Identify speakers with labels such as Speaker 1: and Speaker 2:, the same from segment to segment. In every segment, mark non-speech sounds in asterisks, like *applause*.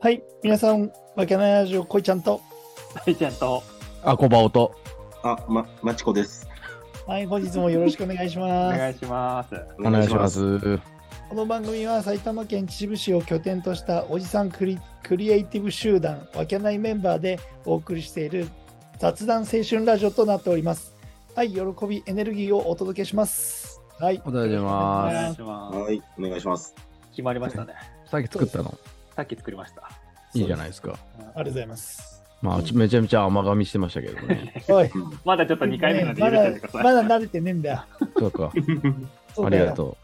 Speaker 1: はい、皆さん、わけないラジオ、こいちゃんと。
Speaker 2: 大ちゃんと
Speaker 3: あこばおと。
Speaker 4: あ、ま、まちこです。
Speaker 1: はい、本日もよろしくお願いし
Speaker 2: お
Speaker 3: *laughs*
Speaker 1: ます。
Speaker 2: 願いします。
Speaker 3: お願いしま。す。
Speaker 1: この番組は埼玉県秩父市を拠点としたおじさんクリクリエイティブ集団、わけないメンバーでお送りしている雑談青春ラジオとなっております。はい、喜び、エネルギーをお届けします。はい。
Speaker 3: おはようござい
Speaker 2: お
Speaker 3: ま
Speaker 2: 願いしま
Speaker 4: はい、お願いします。
Speaker 2: す。決まりましたね。
Speaker 3: す。さっき作ったの
Speaker 2: さっき作りました。
Speaker 3: いいじゃない
Speaker 4: い。
Speaker 3: ですか。
Speaker 1: ありがとうございます。
Speaker 3: まあ、ちめちゃめちゃ甘噛みしてましたけどね。
Speaker 1: *laughs* おい、
Speaker 2: まだちょっと2回目なんで許
Speaker 1: ま
Speaker 2: し
Speaker 1: だ
Speaker 2: てください。
Speaker 1: まだ慣れてねえんだよ。
Speaker 3: そうか。
Speaker 1: そう
Speaker 3: あ
Speaker 1: だ
Speaker 3: り
Speaker 1: よ
Speaker 3: がと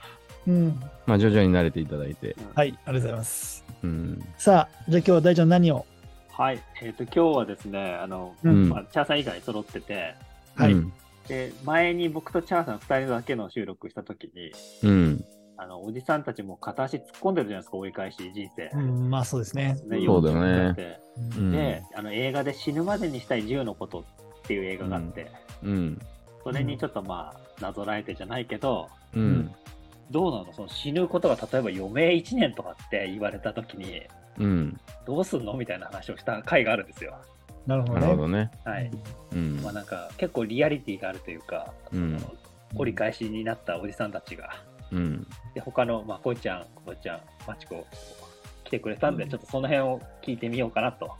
Speaker 1: う。ん。
Speaker 3: う。まあ、徐々に慣れていただいて。
Speaker 1: はい、ありがとうございます。
Speaker 3: うん。
Speaker 1: さあ、じゃあ今日は大ちゃん何を
Speaker 2: はい。えっ、と、今日はですね、あの、
Speaker 1: う
Speaker 3: うん
Speaker 2: まあ、チャーさん以外揃ってて、
Speaker 1: はい
Speaker 3: うん。
Speaker 2: で、前に僕とチャーさん2人だけの収録したときに、
Speaker 3: うん。
Speaker 2: あの、おじさんたちも片足突っ込んでるじゃないですか、折り返し人生。
Speaker 1: うん、まあそうですね。
Speaker 2: ね
Speaker 3: そうだよね
Speaker 2: 40って
Speaker 3: う
Speaker 2: で
Speaker 3: ん。、
Speaker 2: あの、映画で死ぬまでにしたい10のことっていう映画があって、
Speaker 3: うん。
Speaker 2: それにちょっとまあ、なぞらえてじゃないけど、
Speaker 3: うん。
Speaker 2: どうなのその死ぬことが例えば余命1年とかって言われた時に
Speaker 3: うん。
Speaker 2: どうすんのみたいな話をした回があるんですよ。
Speaker 1: なるほど
Speaker 3: なる
Speaker 1: ね
Speaker 3: ほ。どね。
Speaker 2: はい。
Speaker 3: うん
Speaker 2: まあ。なんか結構リアリティがあるというか、
Speaker 3: うん
Speaker 2: その折り返しになったおじさんたちが。
Speaker 3: うん。
Speaker 2: で、他の、まあ、こいちゃん、こぼちゃん、まちこ来てくれたんで、
Speaker 1: うん
Speaker 2: ちょっとその辺を聞いてみようかなと、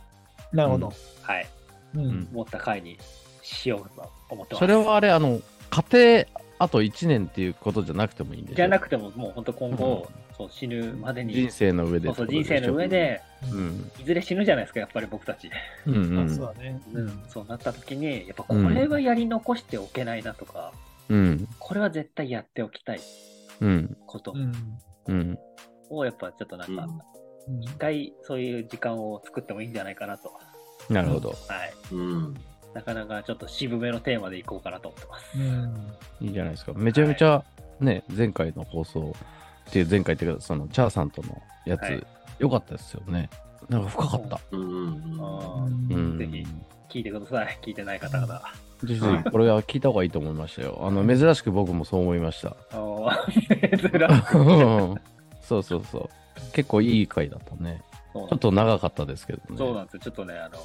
Speaker 1: なるほど。
Speaker 2: はい、
Speaker 1: うん
Speaker 3: ん
Speaker 2: 思った回にしようと思ってます。
Speaker 3: それはあれ、あの、家庭、あと1年っていうことじゃなくてもいいんでしょ
Speaker 2: じゃなくても、もう本当今後、そう死ぬまでに、
Speaker 3: 人生の上で
Speaker 2: そうそう人生の上。で、
Speaker 3: うん。
Speaker 2: いずれ死ぬじゃないですか、やっぱり僕たち。
Speaker 3: うんう
Speaker 1: あ
Speaker 3: ん
Speaker 1: そう。だね。
Speaker 2: うん、そうなった時にやっぱこれはやり残しておけないなとか、
Speaker 3: うん。
Speaker 2: これは絶対やっておきたい
Speaker 3: うん。
Speaker 2: こと
Speaker 1: うん。
Speaker 3: うん。
Speaker 2: をやっぱちょっとなん
Speaker 1: う
Speaker 2: か
Speaker 1: ん
Speaker 2: 一回そういう時間を作ってもいいんじゃないかなと、
Speaker 3: なるほど。
Speaker 2: はい、
Speaker 4: うん。
Speaker 2: なかなかちょっと渋めのテーマでいこうかなと思ってます。
Speaker 1: うん。
Speaker 3: いいじゃないですか。めちゃめちゃ、ね、前回の放送っていう、前回っていうか、その、チャーさんとのやつ、
Speaker 2: はい
Speaker 3: 良かったですよね。なんか深かった。
Speaker 4: うん。
Speaker 2: あー
Speaker 3: うん。
Speaker 2: ぜひ聞いてください、聞いてない方々。
Speaker 3: ぜひぜひこれは聞いた方がいいと思いましたよ。あの、珍しく僕もそう思いました。
Speaker 2: あの珍しい
Speaker 3: *laughs* そうそうそう。結構いい回だったね。
Speaker 2: そう
Speaker 3: ちょっと長かったですけどね。
Speaker 2: そうなんですよ、ちょっとね、あの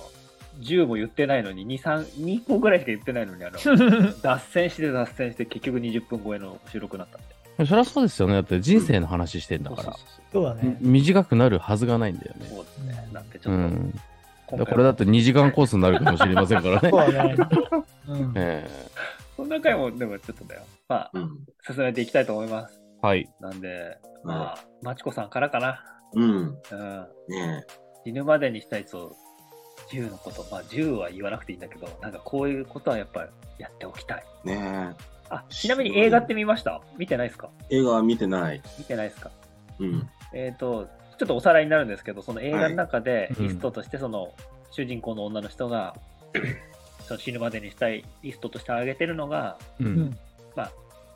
Speaker 2: 10も言ってないのに、2、3、2個ぐらいしか言ってないのに、あの脱線して脱線して、結局20分超えの収録になったんで。
Speaker 3: そりゃそうですよね。だって人生の話してんだから。
Speaker 1: そうだね。
Speaker 3: 短くなるはずがないんだよね。
Speaker 2: そうですね。なんでち
Speaker 3: う
Speaker 2: ょっと、
Speaker 3: ん。
Speaker 2: 今回
Speaker 3: だからこれだ
Speaker 2: は
Speaker 3: って2時間コースになるかもしれませんから
Speaker 1: *laughs*
Speaker 3: ね。
Speaker 1: そうだね。うん。
Speaker 3: え
Speaker 2: その回も、でもちょっとだよ。まあ、
Speaker 4: うん。
Speaker 2: 進めていきたいと思います。
Speaker 3: えはい。
Speaker 2: なんで、
Speaker 4: うん
Speaker 2: まあ、まちこさんからかな。
Speaker 4: うん。
Speaker 2: うん。
Speaker 4: ね
Speaker 2: 死ぬまでにしたいと、10のこと、まあ10は言わなくていいんだけど、なんかこういうことはやっぱりやっておきたい。
Speaker 4: え。ね
Speaker 2: あ、ちなみに映画って見ました見てないですか
Speaker 4: え。映画は見てない。
Speaker 2: 見てないですか
Speaker 4: うん。
Speaker 2: えっ、と、ちょっとおさらいになるんですけど、その映画の中で
Speaker 3: はいうん
Speaker 2: リストとして、その主人公の女の人
Speaker 3: *laughs*
Speaker 2: が、その死ぬまでにしたいリストとして挙げてるのが、
Speaker 3: う。
Speaker 1: うんん。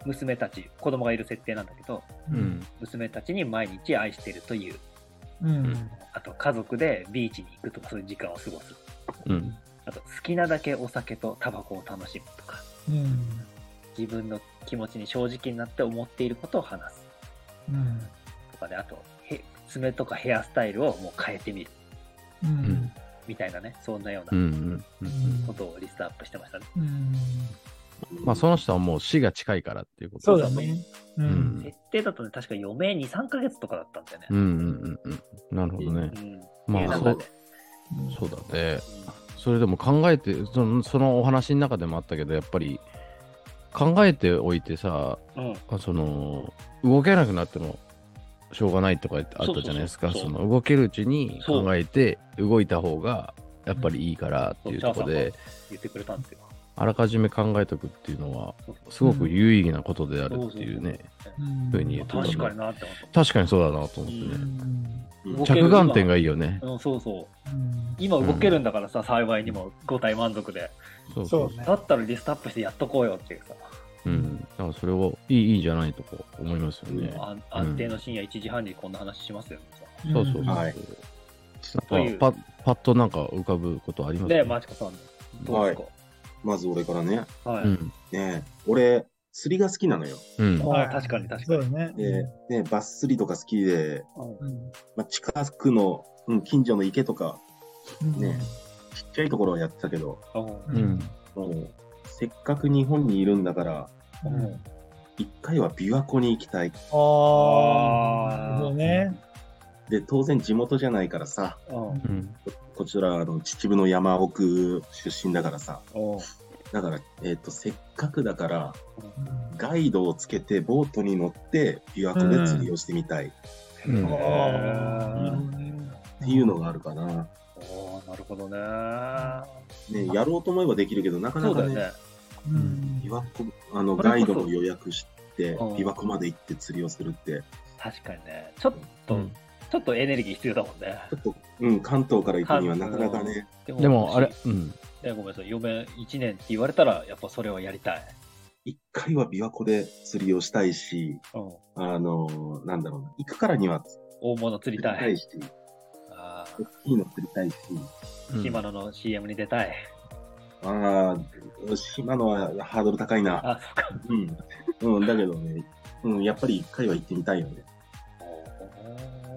Speaker 2: 娘たち子供がいる設定なんだけど
Speaker 3: うん。
Speaker 2: 娘たちに毎日愛してるという
Speaker 1: うん。
Speaker 2: あと家族でビーチに行くとかそういう時間を過ごす
Speaker 3: うん。
Speaker 2: あと好きなだけお酒とタバコを楽しむとか
Speaker 1: うん。
Speaker 2: 自分の気持ちに正直になって思っていることを話す
Speaker 1: うん。
Speaker 2: とかであとへ爪とかヘアスタイルをもう変えてみる
Speaker 1: うん。
Speaker 2: みたいなねそんなよう
Speaker 3: う。
Speaker 2: なん
Speaker 3: うん。
Speaker 2: ことをリストアップしてましたね、
Speaker 1: うん。
Speaker 3: まあ、その人はもう死が近いからっていうこと
Speaker 1: そうだね。うん。
Speaker 2: 設定だとね確か余命23ヶ月とかだったんだよね、
Speaker 3: うんうんうんうん。なるほどね。
Speaker 2: うん
Speaker 3: ま
Speaker 2: 映
Speaker 3: あ、
Speaker 2: 画
Speaker 3: そ
Speaker 2: の
Speaker 3: う
Speaker 2: 中で
Speaker 3: そうだね。それでも考えてその、そのお話の中でもあったけど、やっぱり考えておいてさ、
Speaker 2: うん、うん
Speaker 3: その動けなくなってもしょうがないとかってあったじゃないですか、
Speaker 2: そうそう
Speaker 3: そ
Speaker 2: そうそう
Speaker 3: の動けるうちに
Speaker 2: そう
Speaker 3: 考えて動いた方がやっぱりいいからっていうところ
Speaker 2: そうチャー
Speaker 3: で、
Speaker 2: 言ってくれたんですよ
Speaker 3: あらかじめ考えておくっていうのは、すごく有意義なことであるっていうね、
Speaker 1: うん。
Speaker 3: ふうに言うと
Speaker 2: 確かになって思った
Speaker 3: 確かにそうだなと思
Speaker 1: う
Speaker 3: ってね、
Speaker 1: ん。
Speaker 4: うん
Speaker 3: 着眼点が
Speaker 2: いい。
Speaker 3: いいよね。
Speaker 2: うん、そうそう。今動けるんだからさ、幸いにも5体満足で。
Speaker 3: そう
Speaker 1: そ
Speaker 3: そうう
Speaker 1: ね。
Speaker 2: だったらリストアップしてやっとこうよっていうさ、
Speaker 3: うん、だからそれをいいいいじゃないとこ思いますよね。
Speaker 2: 安安定の深夜1時半にこんな話しますよ、ね
Speaker 3: そうそうそう。
Speaker 4: はい
Speaker 2: とい
Speaker 3: なん
Speaker 2: う
Speaker 3: かパパッとなんか浮かぶことあります
Speaker 2: で、マチコさん、どうです
Speaker 4: まず俺からね。
Speaker 2: かはい。
Speaker 3: うん。
Speaker 4: ねえ。俺、釣りが好きなのよ。
Speaker 3: うん。
Speaker 2: ああ、確かに確か
Speaker 1: そう
Speaker 2: に。
Speaker 1: だね。
Speaker 4: で、ねバス釣りとか好きで、
Speaker 2: うん
Speaker 1: うん。
Speaker 4: まあ、近くのうん、近所の池とか、
Speaker 1: うん
Speaker 4: ねちっちゃいところはやってたけど、
Speaker 2: あも
Speaker 1: う
Speaker 2: うん
Speaker 3: うん。
Speaker 4: もう、せっかく日本にいるんだから、
Speaker 1: うん
Speaker 4: 一回は琵琶湖に行きたい。
Speaker 1: ああ、なるほどね。
Speaker 4: で、当然地元じゃないからさ、
Speaker 2: うん
Speaker 3: うん。
Speaker 4: こちら、あの、秩父の山奥出身だからさ、
Speaker 2: うん
Speaker 4: だから、えっ、と、せっかくだから、ガイドをつけて、ボートに乗って、琵琶湖で釣りをしてみたいっ
Speaker 3: うん
Speaker 1: あ
Speaker 2: へー
Speaker 4: ていうのがあるかな。
Speaker 2: おーなるほどね。
Speaker 4: ね、やろうと思えばできるけど、なかな
Speaker 2: そう
Speaker 4: か
Speaker 2: だよ
Speaker 4: ね、
Speaker 2: ね。
Speaker 1: ーうん
Speaker 4: 琵琶湖、あの、
Speaker 2: それこ
Speaker 4: ガ
Speaker 2: そ
Speaker 4: イドも予約して、
Speaker 2: うん
Speaker 4: 琵琶湖まで行って釣りをするって、
Speaker 2: 確かにね。ちょっと、
Speaker 3: うん
Speaker 2: ちょっとエネルギー必要だもんね。
Speaker 4: ちょっと、うん、関東から行くにはなかなかね、
Speaker 2: で
Speaker 3: でも、あれ、うん。
Speaker 2: えごめんなさい、嫁1年って言われたら、やっぱそれはやりたい。
Speaker 4: 一回は琵琶湖で釣りをしたいし、
Speaker 2: うん、
Speaker 4: あの、なんだろうな、行くからには
Speaker 2: 大物釣り
Speaker 4: 釣り
Speaker 2: たい。
Speaker 4: たいし、
Speaker 2: あ
Speaker 4: 大きいの釣りたいし、
Speaker 3: う
Speaker 2: ー
Speaker 3: ん
Speaker 2: 島野の CM に出たい。
Speaker 4: ああ、島のはハードル高いな。
Speaker 2: あ、そっか。
Speaker 4: うん、うん、だけどね、うん、やっぱり一回は行ってみたいよね。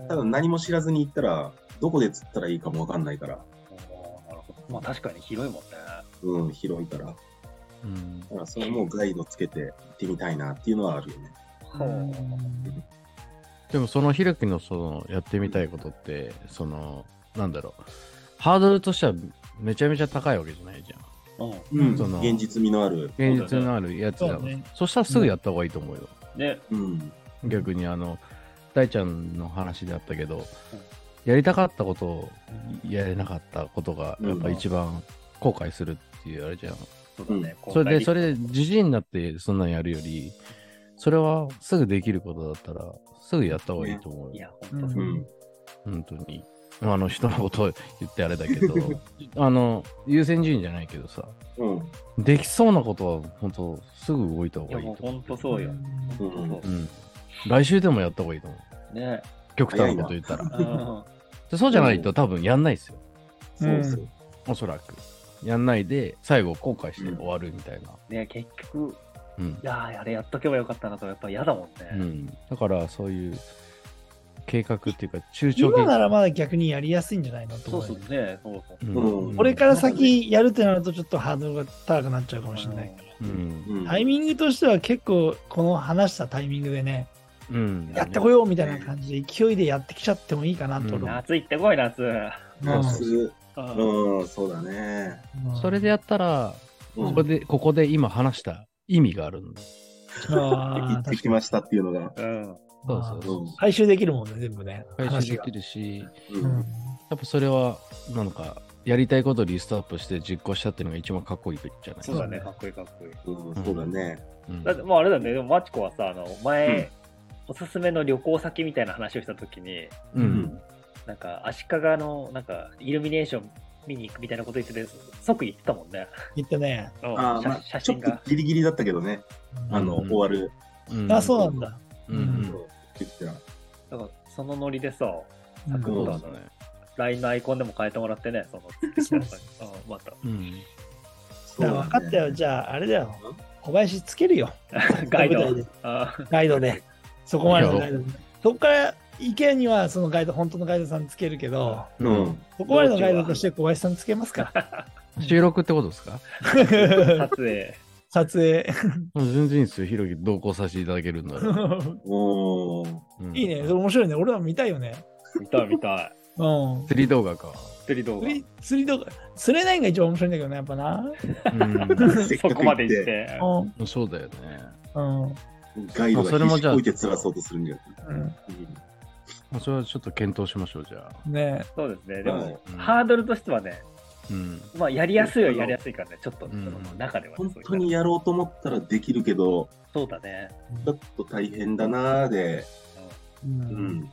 Speaker 4: ただ何も知らずに行ったら、どこで釣ったらいいかもわかんないから、
Speaker 2: おーなるほどまあ確かに広いもんね。
Speaker 4: うん、広いから。だ
Speaker 3: うん
Speaker 4: からそれもガイドつけて行ってみたいなっていうのはあるよね。
Speaker 3: でも、そのひろきの、その、やってみたいことって、その、なんだろう。ハードルとしては、めちゃめちゃ高いわけじゃないじゃん。
Speaker 2: う
Speaker 4: うん、
Speaker 3: その
Speaker 4: 現実味のある。
Speaker 3: 現実のあるやつ
Speaker 1: そ
Speaker 3: だ
Speaker 1: うだね
Speaker 3: そしたらすぐやった方がいいと思うよ。
Speaker 2: ん。ね、
Speaker 4: うん、
Speaker 3: 逆にあの大ちゃんの話であったけど、
Speaker 2: うん
Speaker 3: やりたかったことをやれなかったことがやっぱ一番後悔するっていうあれじゃん、
Speaker 2: そうだね。
Speaker 3: それでそ
Speaker 2: れ、
Speaker 3: れでじじいになってそんなんやるよりそれはすぐできることだったらすぐやった方がいいと思う
Speaker 2: い
Speaker 3: よ、
Speaker 2: や、本当、
Speaker 1: う
Speaker 2: うんん、
Speaker 4: うん、
Speaker 3: 本当にあの人のことを言ってあれだけ
Speaker 2: *laughs*
Speaker 3: どあの優先順位じゃないけどさ
Speaker 4: うん、
Speaker 3: できそうなことは本当すぐ動いた方
Speaker 2: いや、
Speaker 3: がいい
Speaker 2: もう
Speaker 3: と思、
Speaker 2: 本当そうよ。
Speaker 4: うん
Speaker 2: 本当そうう
Speaker 3: うん、来週でもやった方がいいと思う
Speaker 2: ね、
Speaker 3: 極端なこと言ったら
Speaker 2: うん、
Speaker 3: でそうじゃないと多分やんないですよ、
Speaker 4: そうそう。
Speaker 3: おそらく。やんないで、最後後悔して終わるみたいな。
Speaker 2: ね結局、
Speaker 3: うん
Speaker 2: い。やーあれやっとけばよかったなとか、やっぱ嫌だもんね。
Speaker 3: うん、だから、そういう計画っていうか、中長計
Speaker 1: 今な
Speaker 3: 画。
Speaker 1: らまだ逆にやりやすいんじゃないのと思う
Speaker 2: そう
Speaker 1: よ
Speaker 2: そう
Speaker 1: ね。
Speaker 2: ね、そうそう。
Speaker 4: うん
Speaker 1: これから先やるってなるとちょっとハードルが高くなっちゃうかもしれないけど。
Speaker 3: うん。
Speaker 4: うん
Speaker 1: タイミングとしては結構この話したタイミングでね、
Speaker 3: うん。
Speaker 1: やってこようみたいな感じで勢いでやってきちゃってもいいかなと
Speaker 3: うん
Speaker 1: 思う。
Speaker 2: 夏行ってこい、夏。
Speaker 4: 夏、
Speaker 2: うん
Speaker 4: うん、そうだね。
Speaker 1: うん
Speaker 3: それでやったら、
Speaker 4: う
Speaker 3: こ
Speaker 4: ん
Speaker 3: こで、ここで今話した意味があるんだ。
Speaker 4: 行
Speaker 1: あ
Speaker 4: っ
Speaker 1: ー
Speaker 4: てきましたっていうのが。
Speaker 2: うん。
Speaker 3: そうそう
Speaker 4: う
Speaker 3: そ
Speaker 4: ん
Speaker 3: う。
Speaker 1: 回収できるもんね、全部ね。
Speaker 3: 回収
Speaker 1: 話
Speaker 3: で
Speaker 1: が
Speaker 3: き。るし、
Speaker 4: う
Speaker 1: うんん
Speaker 3: やっぱそれは、なんか、やりたいことをリストアップして実行したっていうのが一番かっこいいじゃない
Speaker 2: そうだね、かっこいいかっこいい。
Speaker 4: うん、そうだね。
Speaker 3: うん
Speaker 2: だって、まああれだね、でもマチコはさ、あの、前、おすすめの旅行先みたいな話をしたときに、
Speaker 3: うん。
Speaker 2: なんか、足利の、なんか、イルミネーション見に行くみたいなこと言ってて、即行ってたもんね。
Speaker 1: 言ったね。
Speaker 2: うん
Speaker 4: あー
Speaker 2: 写
Speaker 4: まあ、
Speaker 2: 写
Speaker 4: ちょ
Speaker 2: 真
Speaker 4: っと
Speaker 2: が。
Speaker 4: ギリギリだったけどね、あの、
Speaker 3: うん
Speaker 4: 終わる。
Speaker 3: うん
Speaker 1: あ、そうなんだ。
Speaker 3: うん
Speaker 1: う
Speaker 4: うんん、言ってた
Speaker 2: だから、そのノリでさ、
Speaker 1: うん
Speaker 2: 作
Speaker 3: そう
Speaker 2: 動
Speaker 3: だ
Speaker 2: だ
Speaker 3: ね
Speaker 2: ね。LINE のアイコンでも変えてもらってね、
Speaker 4: *laughs*
Speaker 2: その、
Speaker 1: そう
Speaker 2: なんかうんまた、
Speaker 3: うん。
Speaker 4: そ
Speaker 1: だ
Speaker 4: う
Speaker 1: から分
Speaker 4: だね
Speaker 1: かったよ。じゃあ、あれだよ。小林つけるよ。
Speaker 2: ガイド
Speaker 1: 舞台で。
Speaker 2: あ
Speaker 1: ガイドで。そこまでのガイドで。そこから行けには、そのガイド、本当のガイドさんつけるけど、
Speaker 4: うん。
Speaker 1: そこまでのガイドとして小林さんつけますから。
Speaker 3: 収録ってことですか
Speaker 2: ー撮影。
Speaker 1: 撮影。
Speaker 3: 全然いいですよ、ひろき同行させていただけるんだら。
Speaker 4: おー
Speaker 3: うん
Speaker 1: いいね。それ面白いね。俺らも見たいよね。
Speaker 2: 見たい見たい。
Speaker 1: うん。
Speaker 3: 釣り動画か。
Speaker 2: 釣り動画
Speaker 1: 釣。り、釣りとか、釣れないのが一番面白いんだけどね、やっぱな。
Speaker 3: う
Speaker 4: *laughs* せっ
Speaker 2: そ
Speaker 4: かく行って
Speaker 2: こまで行って。
Speaker 1: うん。
Speaker 3: ん、そうだよね。
Speaker 1: うん。
Speaker 4: ガイド
Speaker 3: まあそれ
Speaker 4: が
Speaker 3: も
Speaker 4: ひ
Speaker 3: じゃあ
Speaker 4: こいて辛そうとするんじゃ
Speaker 3: まあそれはちょっと検討しましょう、じゃあ。
Speaker 1: ね
Speaker 2: そうですね。で
Speaker 4: は
Speaker 2: も
Speaker 4: い、
Speaker 3: うん
Speaker 2: ハードルとしてはね、
Speaker 3: うん。
Speaker 2: まあ、やりやすいは
Speaker 4: うん
Speaker 2: やりやすいからね、ちょっと、
Speaker 3: ん
Speaker 2: その中ではね、
Speaker 4: 本
Speaker 2: そういう
Speaker 4: 当にやろうと思ったらできるけど、
Speaker 2: そうだね。
Speaker 4: ちょっと大変だなーで、
Speaker 1: う。
Speaker 4: うんん。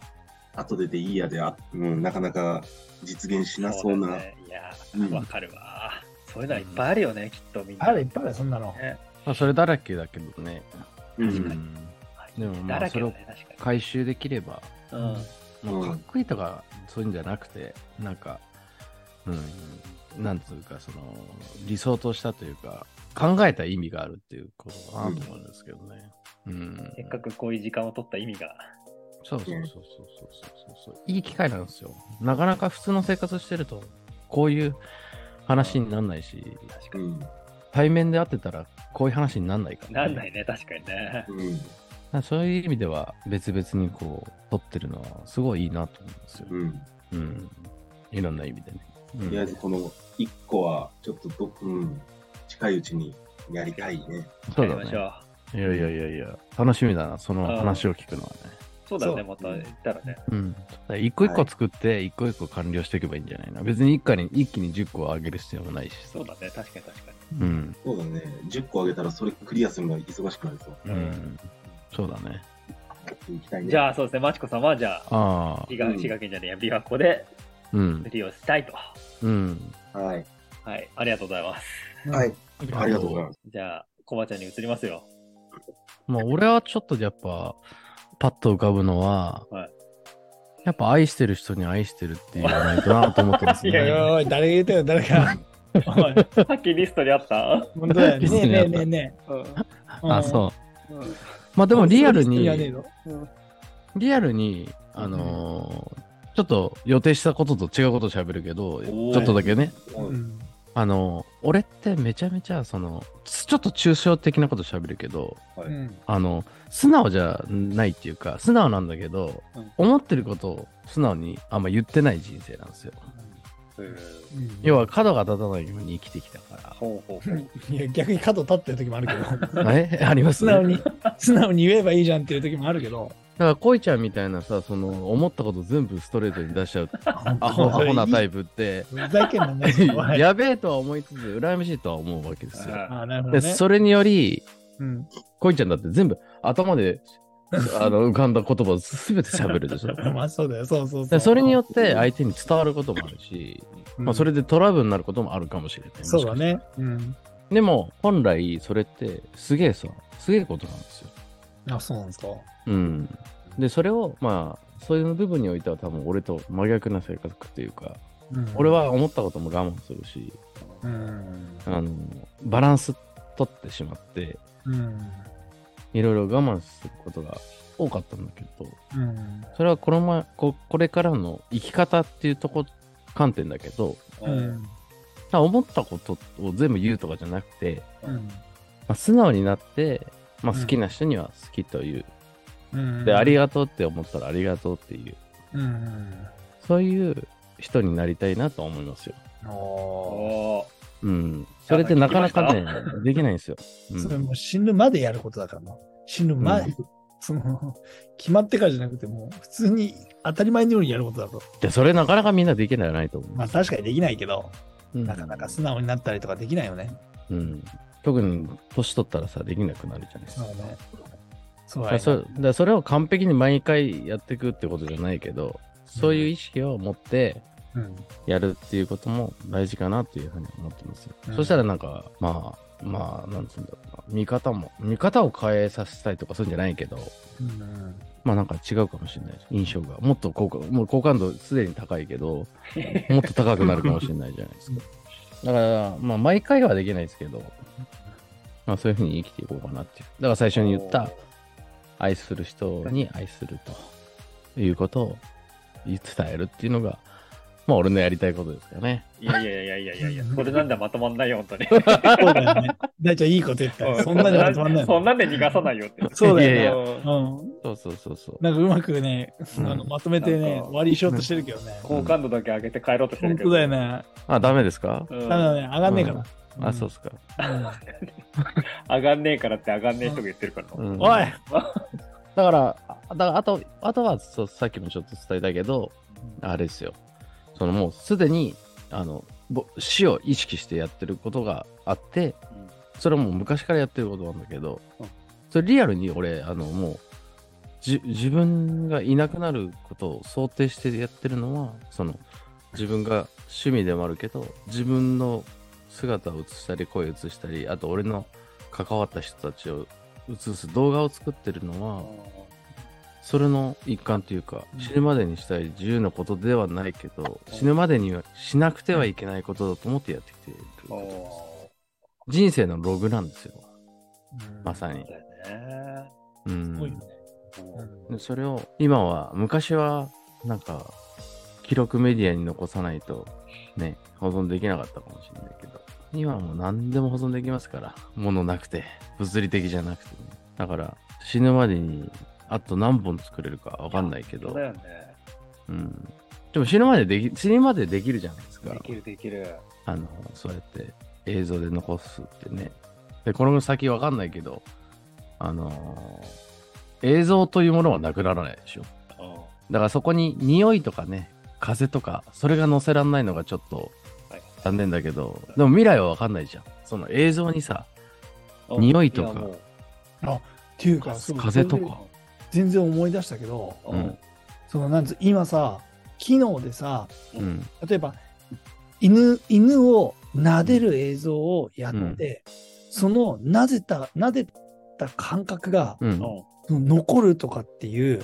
Speaker 4: 後ででいいやで、あうん、なかなか実現しなそう
Speaker 2: だ
Speaker 4: な。
Speaker 2: ねいや
Speaker 4: う
Speaker 2: ー、
Speaker 4: ん
Speaker 2: わかるわ。そういうのはいっぱいあるよね、きっとみんな。
Speaker 1: あれいっぱいあるよそんなの。
Speaker 2: ね
Speaker 3: まあ、それだらけだけどね。
Speaker 4: う。
Speaker 3: うんん。
Speaker 2: はい
Speaker 3: でもまあ
Speaker 2: だらけだね、確か
Speaker 3: 回収できれば、
Speaker 2: に。うん。
Speaker 3: もうか
Speaker 4: う
Speaker 3: っ
Speaker 4: ん
Speaker 3: こいいとか、そういうんじゃなくて、なんか、うん、なんつうか、その、理想としたというか、考えた意味があるっていうことかなと思うんですけどね。うん。
Speaker 2: せっかくこういう時間を取った意味が。
Speaker 3: そうそうそうそうそうそうそう、いい機会なんですよ。なかなか普通の生活してると、こういう話にならないし、
Speaker 2: 確か
Speaker 4: う
Speaker 2: に。
Speaker 4: ん。
Speaker 3: 対面で会ってたら、こういう話にならないから、
Speaker 2: なんないね、確かにね。
Speaker 4: うん。
Speaker 3: まあそういう意味では別々にこう撮ってるのはすごいいいなと思うんですよ。
Speaker 4: うん。
Speaker 3: うん。いろんな意味でね。う
Speaker 4: とりあえず
Speaker 3: ん、
Speaker 4: この一個は、ちょっとど、うん、近いうちにやりたいね。
Speaker 3: そ
Speaker 2: やりま
Speaker 3: うだ
Speaker 2: しょ
Speaker 3: ね。いやいやいやいや、楽しみだな、その話を聞くのはね。
Speaker 2: う。そうだ
Speaker 1: そ
Speaker 2: ね、
Speaker 1: う
Speaker 2: また行ったらね。
Speaker 3: うん。一個一個作って、一個一個完了していけばいいんじゃないの別に一家に一気に10個あげる必要もないしさ
Speaker 2: そうだね、確かに確かに。
Speaker 3: うん。
Speaker 4: そうだね。10個あげたらそれクリアするのが忙しくなりそう。
Speaker 3: うん。そうだね。
Speaker 4: 行きたいね。
Speaker 2: じゃあ、そうですね、まちこさんは、じゃあ、
Speaker 3: ああ。
Speaker 2: 滋賀
Speaker 4: うん
Speaker 2: 滋賀県じゃねえや、琵琶湖で
Speaker 3: うん
Speaker 2: 釣。りをしたいと。
Speaker 3: うん。
Speaker 4: はい。
Speaker 2: はい、ありがとうございます。
Speaker 4: はい。あ
Speaker 3: あ
Speaker 4: りがとうございます。
Speaker 2: じゃあ、コバちゃんに移りますよ。
Speaker 3: まあ、俺はちょっとやっぱ、パッと浮かぶのは、
Speaker 2: はい
Speaker 3: やっぱ愛してる人に愛してるって言わないとなと思ってますね。
Speaker 2: いやいや
Speaker 1: おい、誰が言ったよ、誰が。 *laughs*
Speaker 2: おいさっきリストにあった
Speaker 1: 本当だよね。
Speaker 3: リス
Speaker 1: ね
Speaker 3: ト
Speaker 1: え
Speaker 3: に
Speaker 1: ね
Speaker 3: あ
Speaker 1: え
Speaker 3: った
Speaker 1: ねえね
Speaker 2: うん
Speaker 1: え。
Speaker 3: あ、
Speaker 1: う
Speaker 3: そう。
Speaker 2: うん
Speaker 3: まあ
Speaker 1: ん。
Speaker 3: でもリアルに
Speaker 1: そ、ういうリストじゃね
Speaker 3: リアルに、あのーちょっと予定したことと違うことを喋るけど、
Speaker 2: ー
Speaker 3: ちょっとだけね、
Speaker 1: えのうん
Speaker 3: あのー俺ってめちゃめちゃ、その、ちょっと抽象的なこと喋るけど、
Speaker 2: はい
Speaker 1: うん
Speaker 3: あの、素直じゃないっていうか、素直なんだけど、
Speaker 2: うん
Speaker 3: 思ってることを素直にあんま言ってない人生なんですよ。
Speaker 2: うん
Speaker 1: うん
Speaker 3: 要は角が立たないように生きてきたか
Speaker 2: ほうほうほう
Speaker 1: いや逆に角立ってる時もあるけ
Speaker 3: *laughs*
Speaker 1: ど
Speaker 3: ら。えあります
Speaker 1: 素直に素直に言えばいいじゃんっていう時もあるけど
Speaker 3: だから、こいちゃんみたいなさ、その、思ったこと全部ストレートに出しちゃう、アホ、アホなタイプって、
Speaker 1: ふざけんな
Speaker 3: *laughs*
Speaker 1: ねおい
Speaker 3: やべえとは思いつつ、羨ましいとは思うわけですよ。
Speaker 2: あ
Speaker 1: あなるほど
Speaker 3: で、
Speaker 1: ね
Speaker 3: それにより、
Speaker 1: うん
Speaker 3: こいちゃんだって全部
Speaker 1: *laughs*
Speaker 3: 頭で、あの、浮かんだ言葉をすべて喋るでしょ。
Speaker 1: まあそうだよそうそうそ
Speaker 3: で
Speaker 1: う
Speaker 3: それによって相手に伝わることもあるし、
Speaker 1: うん
Speaker 3: まあ、それでトラブルになることもあるかもしれない。
Speaker 1: そうだ
Speaker 3: もしか
Speaker 1: ねうん
Speaker 3: して。でも、本来、それって、すげえさ、すげえことなんですよ。
Speaker 1: あそうなんですか
Speaker 3: うん。で、それを、まあ、そういう部分においては多分俺と真逆な性格っていうか、
Speaker 1: うん
Speaker 3: 俺は思ったことも我慢するし、
Speaker 1: うん
Speaker 3: あの、バランス取ってしまって、
Speaker 1: うん
Speaker 3: いろいろ我慢することが多かったんだけど、
Speaker 1: うん
Speaker 3: それはこの前、ここれからの生き方っていうとこ、観点だけど、
Speaker 1: う
Speaker 2: うん
Speaker 1: ん
Speaker 3: 思ったことを全部言うとかじゃなくて、
Speaker 1: うん
Speaker 3: まあ、素直になって、まあ、
Speaker 1: うん
Speaker 3: 好きな人には好きという、
Speaker 1: うん
Speaker 3: で、ありがとうって思ったらありがとうっていう、
Speaker 1: うん
Speaker 3: そういう人になりたいなと思いますよ。
Speaker 1: おー
Speaker 2: おー
Speaker 3: うん。それってなかなかね、できないんですよ。うん
Speaker 1: それもう死ぬまでやることだからな死ぬ前、
Speaker 3: う
Speaker 1: その決まってからじゃなくてもう普通に当たり前のようにやることだと
Speaker 3: で、それなかなかみんなできないないと思う。
Speaker 1: まあ確かにできないけど
Speaker 3: うん
Speaker 1: なかなか素直になったりとかできないよね。
Speaker 3: うん。特に年取ったらさ、できなくなるじゃないです
Speaker 1: そ
Speaker 3: か。
Speaker 1: うね。そう
Speaker 3: だ
Speaker 1: だね
Speaker 3: からそだからそれを完璧に毎回やっていくってことじゃないけど、そういう意識を持って
Speaker 1: うん。
Speaker 3: やるっていうことも大事かなっていうふうに思ってますよ。
Speaker 1: うん
Speaker 3: そしたらなんか、まあ、まあ、なんつうんだろうな、見方も、見方を変えさせたいとかそういうんじゃないけど、
Speaker 1: うん
Speaker 3: まあなんか違うかもしれない。印象が。もっと好感、もう好感度すでに高い
Speaker 1: *laughs*
Speaker 3: けど、もっと高くなるかもしれないじゃないですか。だから、まあ毎回はできないですけど、まあそういうふうに生きていこうかなっていう。だから最初に言った、愛する人に愛するということを伝えるっていうのが、まあ俺のやりたいことですよね。
Speaker 2: いやいやいやいやいやいや、これなんだまとまんないよ、本当に。
Speaker 1: そうだよね。大ちゃんいいこと言
Speaker 2: *laughs*
Speaker 1: ったよ。そんなじゃまとまんない
Speaker 2: そん
Speaker 1: もん。
Speaker 2: なんで逃がさないよって。
Speaker 1: そうだよね
Speaker 3: いやいや
Speaker 2: うん
Speaker 1: うん。
Speaker 3: そうそうそうそう。
Speaker 1: なんかうまくね、あ
Speaker 3: うん
Speaker 1: のまとめて
Speaker 2: なん
Speaker 1: ね、
Speaker 2: か
Speaker 1: 終わりにしようとしてるけどね。
Speaker 2: 好感度だけ上げて帰ろうとしてる
Speaker 1: 本
Speaker 2: けど。
Speaker 1: 当だよね。
Speaker 3: あ、ダメですか、
Speaker 2: う
Speaker 1: た
Speaker 2: ん。
Speaker 1: だね、上がんねえから。
Speaker 3: あ、そうっすか。
Speaker 2: 上がんねえからって上がんねえ人が言ってるからな。
Speaker 3: うん
Speaker 1: おい
Speaker 3: だから、あだからあと、あとはそうさっきもちょっと伝えたけど、あれですよ。そのもうすでに、あの、ぼ死を意識してやってることがあって、
Speaker 2: うん
Speaker 3: それはもう昔からやってることなんだけど
Speaker 2: うん、
Speaker 3: それリアルに俺、あの、もう、じ自分がいなくなることを想定してやってるのは、その、自分が趣味でもあるけど、自分の姿を映したり、声を映したり、あと俺の関わった人たちを映す動画を作ってるのは、それの一環というか、
Speaker 1: うん
Speaker 3: 死ぬまでにしたい自由なことではないけど、
Speaker 2: うん
Speaker 3: 死ぬまでにはしなくてはいけないことだと思ってやってきている
Speaker 2: おお
Speaker 3: 人生のログなんですよ、
Speaker 1: うん
Speaker 3: まさ
Speaker 2: ー。
Speaker 3: に
Speaker 2: そう。だよね。
Speaker 3: う
Speaker 1: すごいよ
Speaker 3: ん
Speaker 1: ね。
Speaker 3: でそれを今は昔はなんか記録メディアに残さないとね保存できなかったかもしれないけど今はもう何でも保存できますから物なくて物理的じゃなくて、ね、だから死ぬまでにあと何本作れるかわかんないけ
Speaker 2: そう
Speaker 3: ど
Speaker 2: だ、よね。
Speaker 3: うん、でも死ぬまででき死ぬまでできるじゃないですか
Speaker 2: できるできる。
Speaker 3: あのそうやって映像で残すってねでこの先わかんないけどあの映像というものはなくならないでしょ
Speaker 2: うんは
Speaker 3: だからそこに匂いとかね、風とか、それが載せらんないのがちょっと
Speaker 2: い
Speaker 3: 残念だけど、でも未来はわかんないじゃん。その映像にさ、
Speaker 2: うん
Speaker 3: 匂いとか
Speaker 2: やもう
Speaker 1: ていうか、そう
Speaker 3: 風と
Speaker 1: それで
Speaker 3: か。
Speaker 1: 全然思い出したけど、
Speaker 3: うん
Speaker 1: そのなんつう今さ、機能でさ、
Speaker 2: う
Speaker 3: うんん。
Speaker 1: 例えば、犬、犬を撫でる映像をやって、その撫でた、撫でた感覚が
Speaker 3: うん。
Speaker 2: うん
Speaker 1: その残るとかっていう、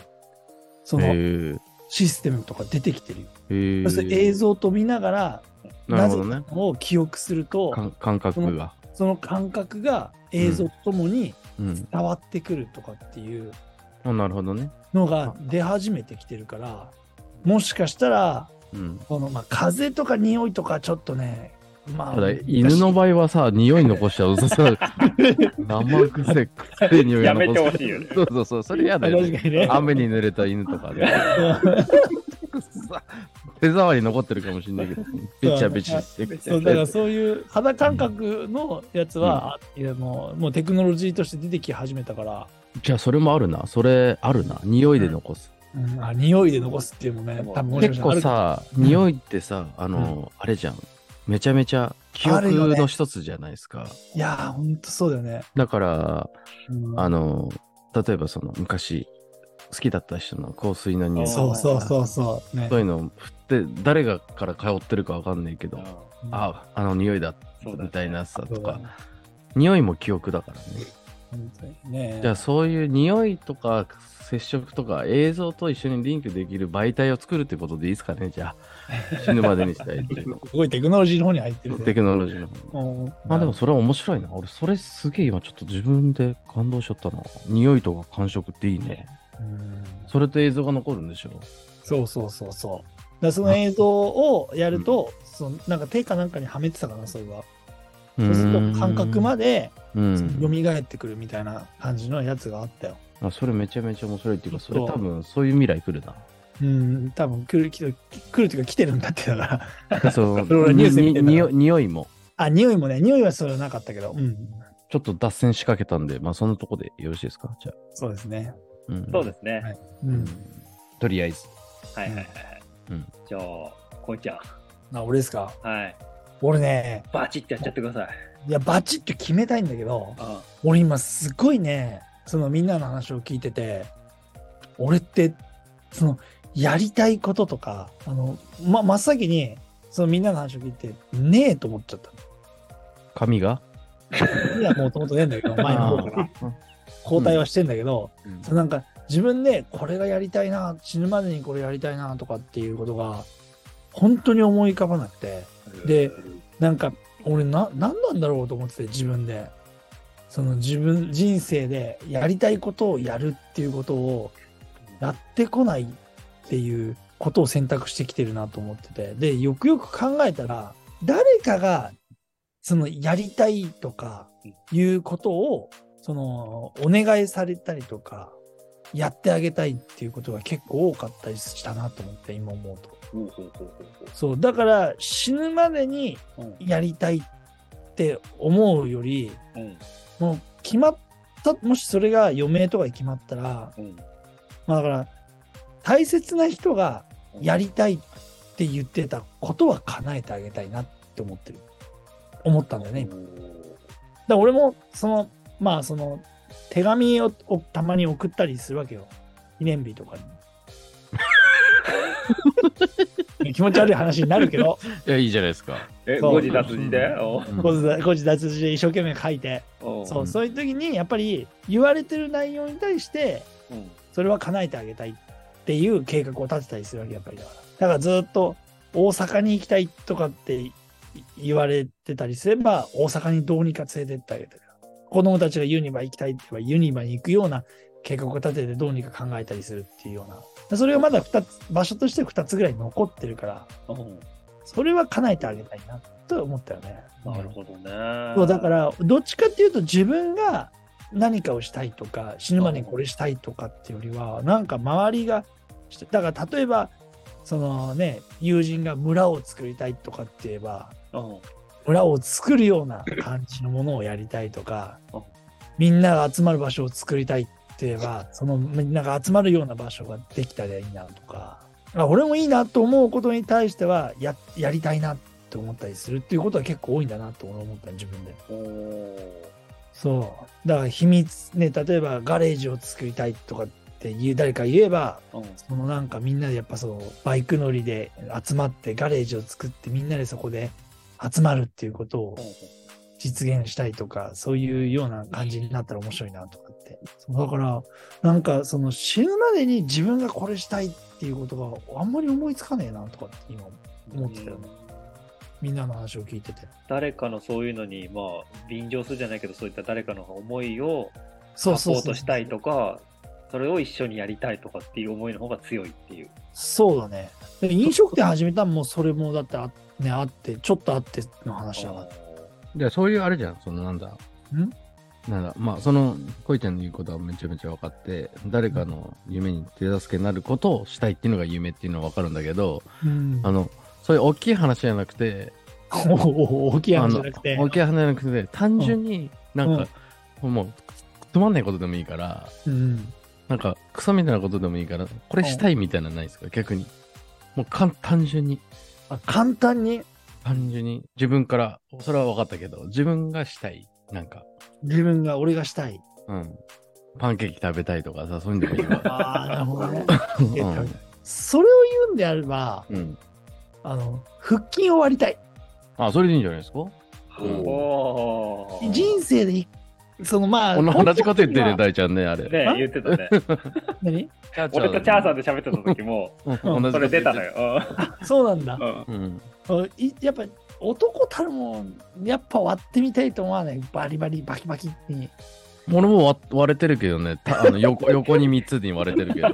Speaker 1: そ
Speaker 3: へ
Speaker 1: の
Speaker 3: え。
Speaker 1: システムとか出てきてるよ。
Speaker 3: へえ。
Speaker 1: そして映像と見ながら、
Speaker 3: な
Speaker 1: な
Speaker 3: る
Speaker 1: ぜ
Speaker 3: ほどね。
Speaker 1: を記憶すると、
Speaker 3: 感感覚が。
Speaker 1: その感覚が映像とともに
Speaker 3: うん。
Speaker 1: 伝わってくるとかっていう
Speaker 3: あなるほどね。
Speaker 1: のが出始めてきてるから、もしかしたら、
Speaker 3: うん。
Speaker 1: この、まあ、風とか匂いとかちょっとね、まあ、
Speaker 3: ただ、犬の
Speaker 1: 場
Speaker 3: 場合はさ、匂い残しちゃう
Speaker 1: *laughs*
Speaker 3: とさ、生臭い、臭い匂いが残す。
Speaker 2: やめてほしいよね
Speaker 3: そうそうそう、それ嫌だよ、ね。
Speaker 1: 確かにね。
Speaker 3: 雨に濡れた犬とかね。
Speaker 1: *laughs*
Speaker 3: くっさ手触り残ってるかもしれないけど、べちゃべちゃして。
Speaker 1: そうだからそういう肌感覚のやつは、あいやもうもうテクノロジーとして出てき始めたから、
Speaker 3: じゃあそれもあるな。それあるな。匂いで残す。
Speaker 1: うんあ匂いで残すっていうのもね、多分もしかし
Speaker 3: 結
Speaker 1: たらあ
Speaker 3: 構
Speaker 1: る
Speaker 3: さ、
Speaker 1: ん
Speaker 3: 匂いってさ、あの、あれじゃん。めちゃめちゃ記
Speaker 1: あ
Speaker 3: 憶
Speaker 1: るよね
Speaker 3: の一つじゃないですか。
Speaker 1: いやー、ほんとそうだよね。
Speaker 3: だから、
Speaker 1: うん
Speaker 3: あの、例えばその昔好きだった人の香水の匂い。
Speaker 1: そうそうそうそう。ね
Speaker 3: そういうのを振って、誰がから通ってるかわかんないけど、あ、あの匂いだ、
Speaker 2: そうだね
Speaker 3: みたいなさと
Speaker 1: そうだ
Speaker 3: か
Speaker 1: ね、
Speaker 3: 匂いも記憶だからね。
Speaker 1: 本当にね。
Speaker 3: じゃあそういう匂いとか接触とか映像と一緒にリンクできる媒体を作るってことでいいですかねじ
Speaker 1: *laughs*
Speaker 3: ゃあ死ぬまでにしたいっていうの
Speaker 1: すごいテクノロジーの方に入ってるね。
Speaker 3: テクノロジーの方に
Speaker 1: うん
Speaker 3: まあでもそれは面白いな俺それすげえ今ちょっと自分で感動しちゃったな匂いとか感触っていいね
Speaker 1: うん
Speaker 3: それと映像が残るんでしょ
Speaker 1: そうそうそうそう。だからその映像をやると、そのなんか手かなんかにはめてたかな、それは。そうすると感覚ま
Speaker 3: で
Speaker 1: で
Speaker 3: うん
Speaker 1: 蘇ってくるみたいな感じのやつがあったよ。
Speaker 3: あそれめちゃめちゃ面白いっていうかそれ
Speaker 1: そう
Speaker 3: 多分そういう未来来るな
Speaker 1: *laughs* うん、多分来る、来る来るっていうか来てるんだってだから。
Speaker 3: そう
Speaker 1: それ俺ニュース見
Speaker 3: に
Speaker 1: てた
Speaker 3: にお匂いも
Speaker 1: *laughs* あ、匂いもね、匂いはそれはなかったけど、うん。
Speaker 3: ちょっと脱線しかけたんでまあそんなとこでよろしいですかじゃあ、
Speaker 1: そうですね。
Speaker 3: うん
Speaker 2: そうですね。
Speaker 1: う
Speaker 3: うん
Speaker 1: ん。
Speaker 3: とりあえず
Speaker 2: はいはいはい。
Speaker 3: うん
Speaker 2: じゃあ、こいちゃん。
Speaker 1: あ、俺ですか。
Speaker 2: はい。
Speaker 1: 俺ね、
Speaker 2: バチってやっちゃってください。
Speaker 1: いや、バチッと決めたいんだけど、
Speaker 2: あ
Speaker 1: 俺今すごいねそのみんなの話を聞いてて俺ってそのやりたいこととかあの、ま、真っ先にそのみんなの話を聞いてねえと思っちゃった
Speaker 3: 髪が
Speaker 1: いやもともとねえんだけど前の方から交代はしてんだけど、
Speaker 2: うん
Speaker 1: そのなんか自分でこれがやりたいな死ぬまでにこれやりたいなとかっていうことが本当に思い浮かばなくてでなんか俺な何なんだろうと思ってて自分でその自分人生でやりたいことをやるっていうことをやってこないっていうことを選択してきてるなと思っててでよくよく考えたら誰かがそのやりたいとかいうことをそのお願いされたりとかやってあげたいっていうことが結構多かったりしたなと思って今思うと
Speaker 2: ほうほうほうほうほ
Speaker 1: そうだから死ぬまでに
Speaker 2: ううん
Speaker 1: やりたいって思うより
Speaker 2: うん
Speaker 1: もう決まったもしそれが余命とかに決まったら
Speaker 2: うん
Speaker 1: まあだから大切な人がやりたいって言ってたことは叶えてあげたいなって思ってる思ったんだよね今だから俺もそのまあその手紙ををたまに送ったりするわけよ記念日とかに気持ち悪い話になるけど
Speaker 3: いやいいじゃないですか
Speaker 2: え、
Speaker 1: そう
Speaker 2: 誤字脱字でおう
Speaker 1: 誤字誤字脱字で一生懸命書いて
Speaker 2: おう
Speaker 1: そうう、
Speaker 3: ん
Speaker 1: そういう時にやっぱり言われてる内容に対して、
Speaker 2: うん
Speaker 1: それは叶えてあげたいっていう計画を立てたりするわけ、やっぱりだから。だからずっと大阪に行きたいとかってい言われてたりすれば、大阪にどうにか連れてってあげたりとか。子供たちがユニバ行きたいって言えばユニバに行くような計画を立ててどうにか考えたりするっていうような。それがまだ2つ、場所として2つぐらい残ってるから、
Speaker 2: うん
Speaker 1: それは叶えてあげたいなとは思ったよね。
Speaker 2: なるほどね。
Speaker 1: そうだから、どっちかっていうと自分が何かをしたいとか、死ぬまでにこれしたいとかっていうよりは、なんか周りがして、だから例えば、そのね、友人が村を作りたいとかって言えば、
Speaker 2: うん、
Speaker 1: 村を作るような感じのものをやりたいとか
Speaker 2: うん、
Speaker 1: みんなが集まる場所を作りたいって言えば、そのみんなが集まるような場所ができたらいいなとか、あ俺もいいなと思うことに対してはや、やりたいなって思ったりするっていうことは結構多いんだなと俺は思ったね自分で。
Speaker 2: おー
Speaker 1: そう。だから秘密、ね、例えばガレージを作りたいとかって言う、誰か言えば、
Speaker 2: うん
Speaker 1: そのなんかみんなでやっぱそのバイク乗りで集まってガレージを作ってみんなでそこで集まるっていうことを実現したいとか、そういうような感じになったら面白いなとかって。そうだから、なんかその死ぬまでに自分がこれしたいっていうことがあんまり思いつかねえなとかって今思ってたよね。みんなの話を聞いてて。
Speaker 2: 誰かのそういうのに、まあ、便乗するじゃないけど、そういった誰かの思いをサ
Speaker 1: そう
Speaker 2: ポ
Speaker 1: そう
Speaker 2: ー
Speaker 1: そ
Speaker 2: ト
Speaker 1: う。
Speaker 2: したいとか、それを一緒にやりたいとかっていう思いの方が強いっていう。
Speaker 1: そうだね。で飲食店始めたのもそれもだってあ,、ね、あって、ちょっとあっての話だから。
Speaker 3: で、そういうあれじゃん、そのなんだ。
Speaker 1: ん
Speaker 3: なんだ、まあ、その、こいちゃんの言うことはめちゃめちゃ分かって、誰かの夢に手助けになることをしたいっていうのが夢っていうのは分かるんだけど、
Speaker 1: うん
Speaker 3: あの、そういう大きい話じゃなくて、
Speaker 1: お大きい
Speaker 3: あ
Speaker 1: 話じ
Speaker 3: の
Speaker 1: ゃなくて。
Speaker 3: 大きい話じゃなくて、単純になんか、もう、つまんないことでもいいから、
Speaker 1: うん。
Speaker 3: なんか、クソみたいなことでもいいから、これしたいみたいなのないですか、逆に。もうかん、単純に、
Speaker 1: あ簡単に
Speaker 3: 単純に、自分から、それは分かったけど、自分がしたい、なんか、
Speaker 1: 自分が俺がしたい。
Speaker 3: うん。パンケーキ食べたいとかさ、そういうのもいい
Speaker 2: *laughs*
Speaker 3: わ
Speaker 1: ああ、なるほどね。
Speaker 3: うん
Speaker 1: それを言うんであれば、
Speaker 3: うん。
Speaker 1: あの、腹筋を割りたい。
Speaker 3: あ、それでいいんじゃないですか
Speaker 4: うん
Speaker 2: おー
Speaker 1: 人生でい、そのまあ、
Speaker 3: 同じこと言ってるね、
Speaker 1: 本
Speaker 3: 大ちゃんね、あれ。
Speaker 2: ね言ってた
Speaker 1: *laughs*
Speaker 2: ね。
Speaker 1: 当に
Speaker 2: 俺とチャーさん
Speaker 3: ん
Speaker 2: で喋ってた
Speaker 1: *laughs*
Speaker 2: 時も、
Speaker 3: うん同じ
Speaker 2: それ出たのよ。
Speaker 1: 何そうなんだ
Speaker 2: う。ん
Speaker 3: うん。うん。
Speaker 1: あいやっぱ、男たるもん、やっぱ割ってみたいと思わない。バリバリ、バキバキに。
Speaker 3: 俺も割割れてるけどね、たあの横横に3つに割れてるけど。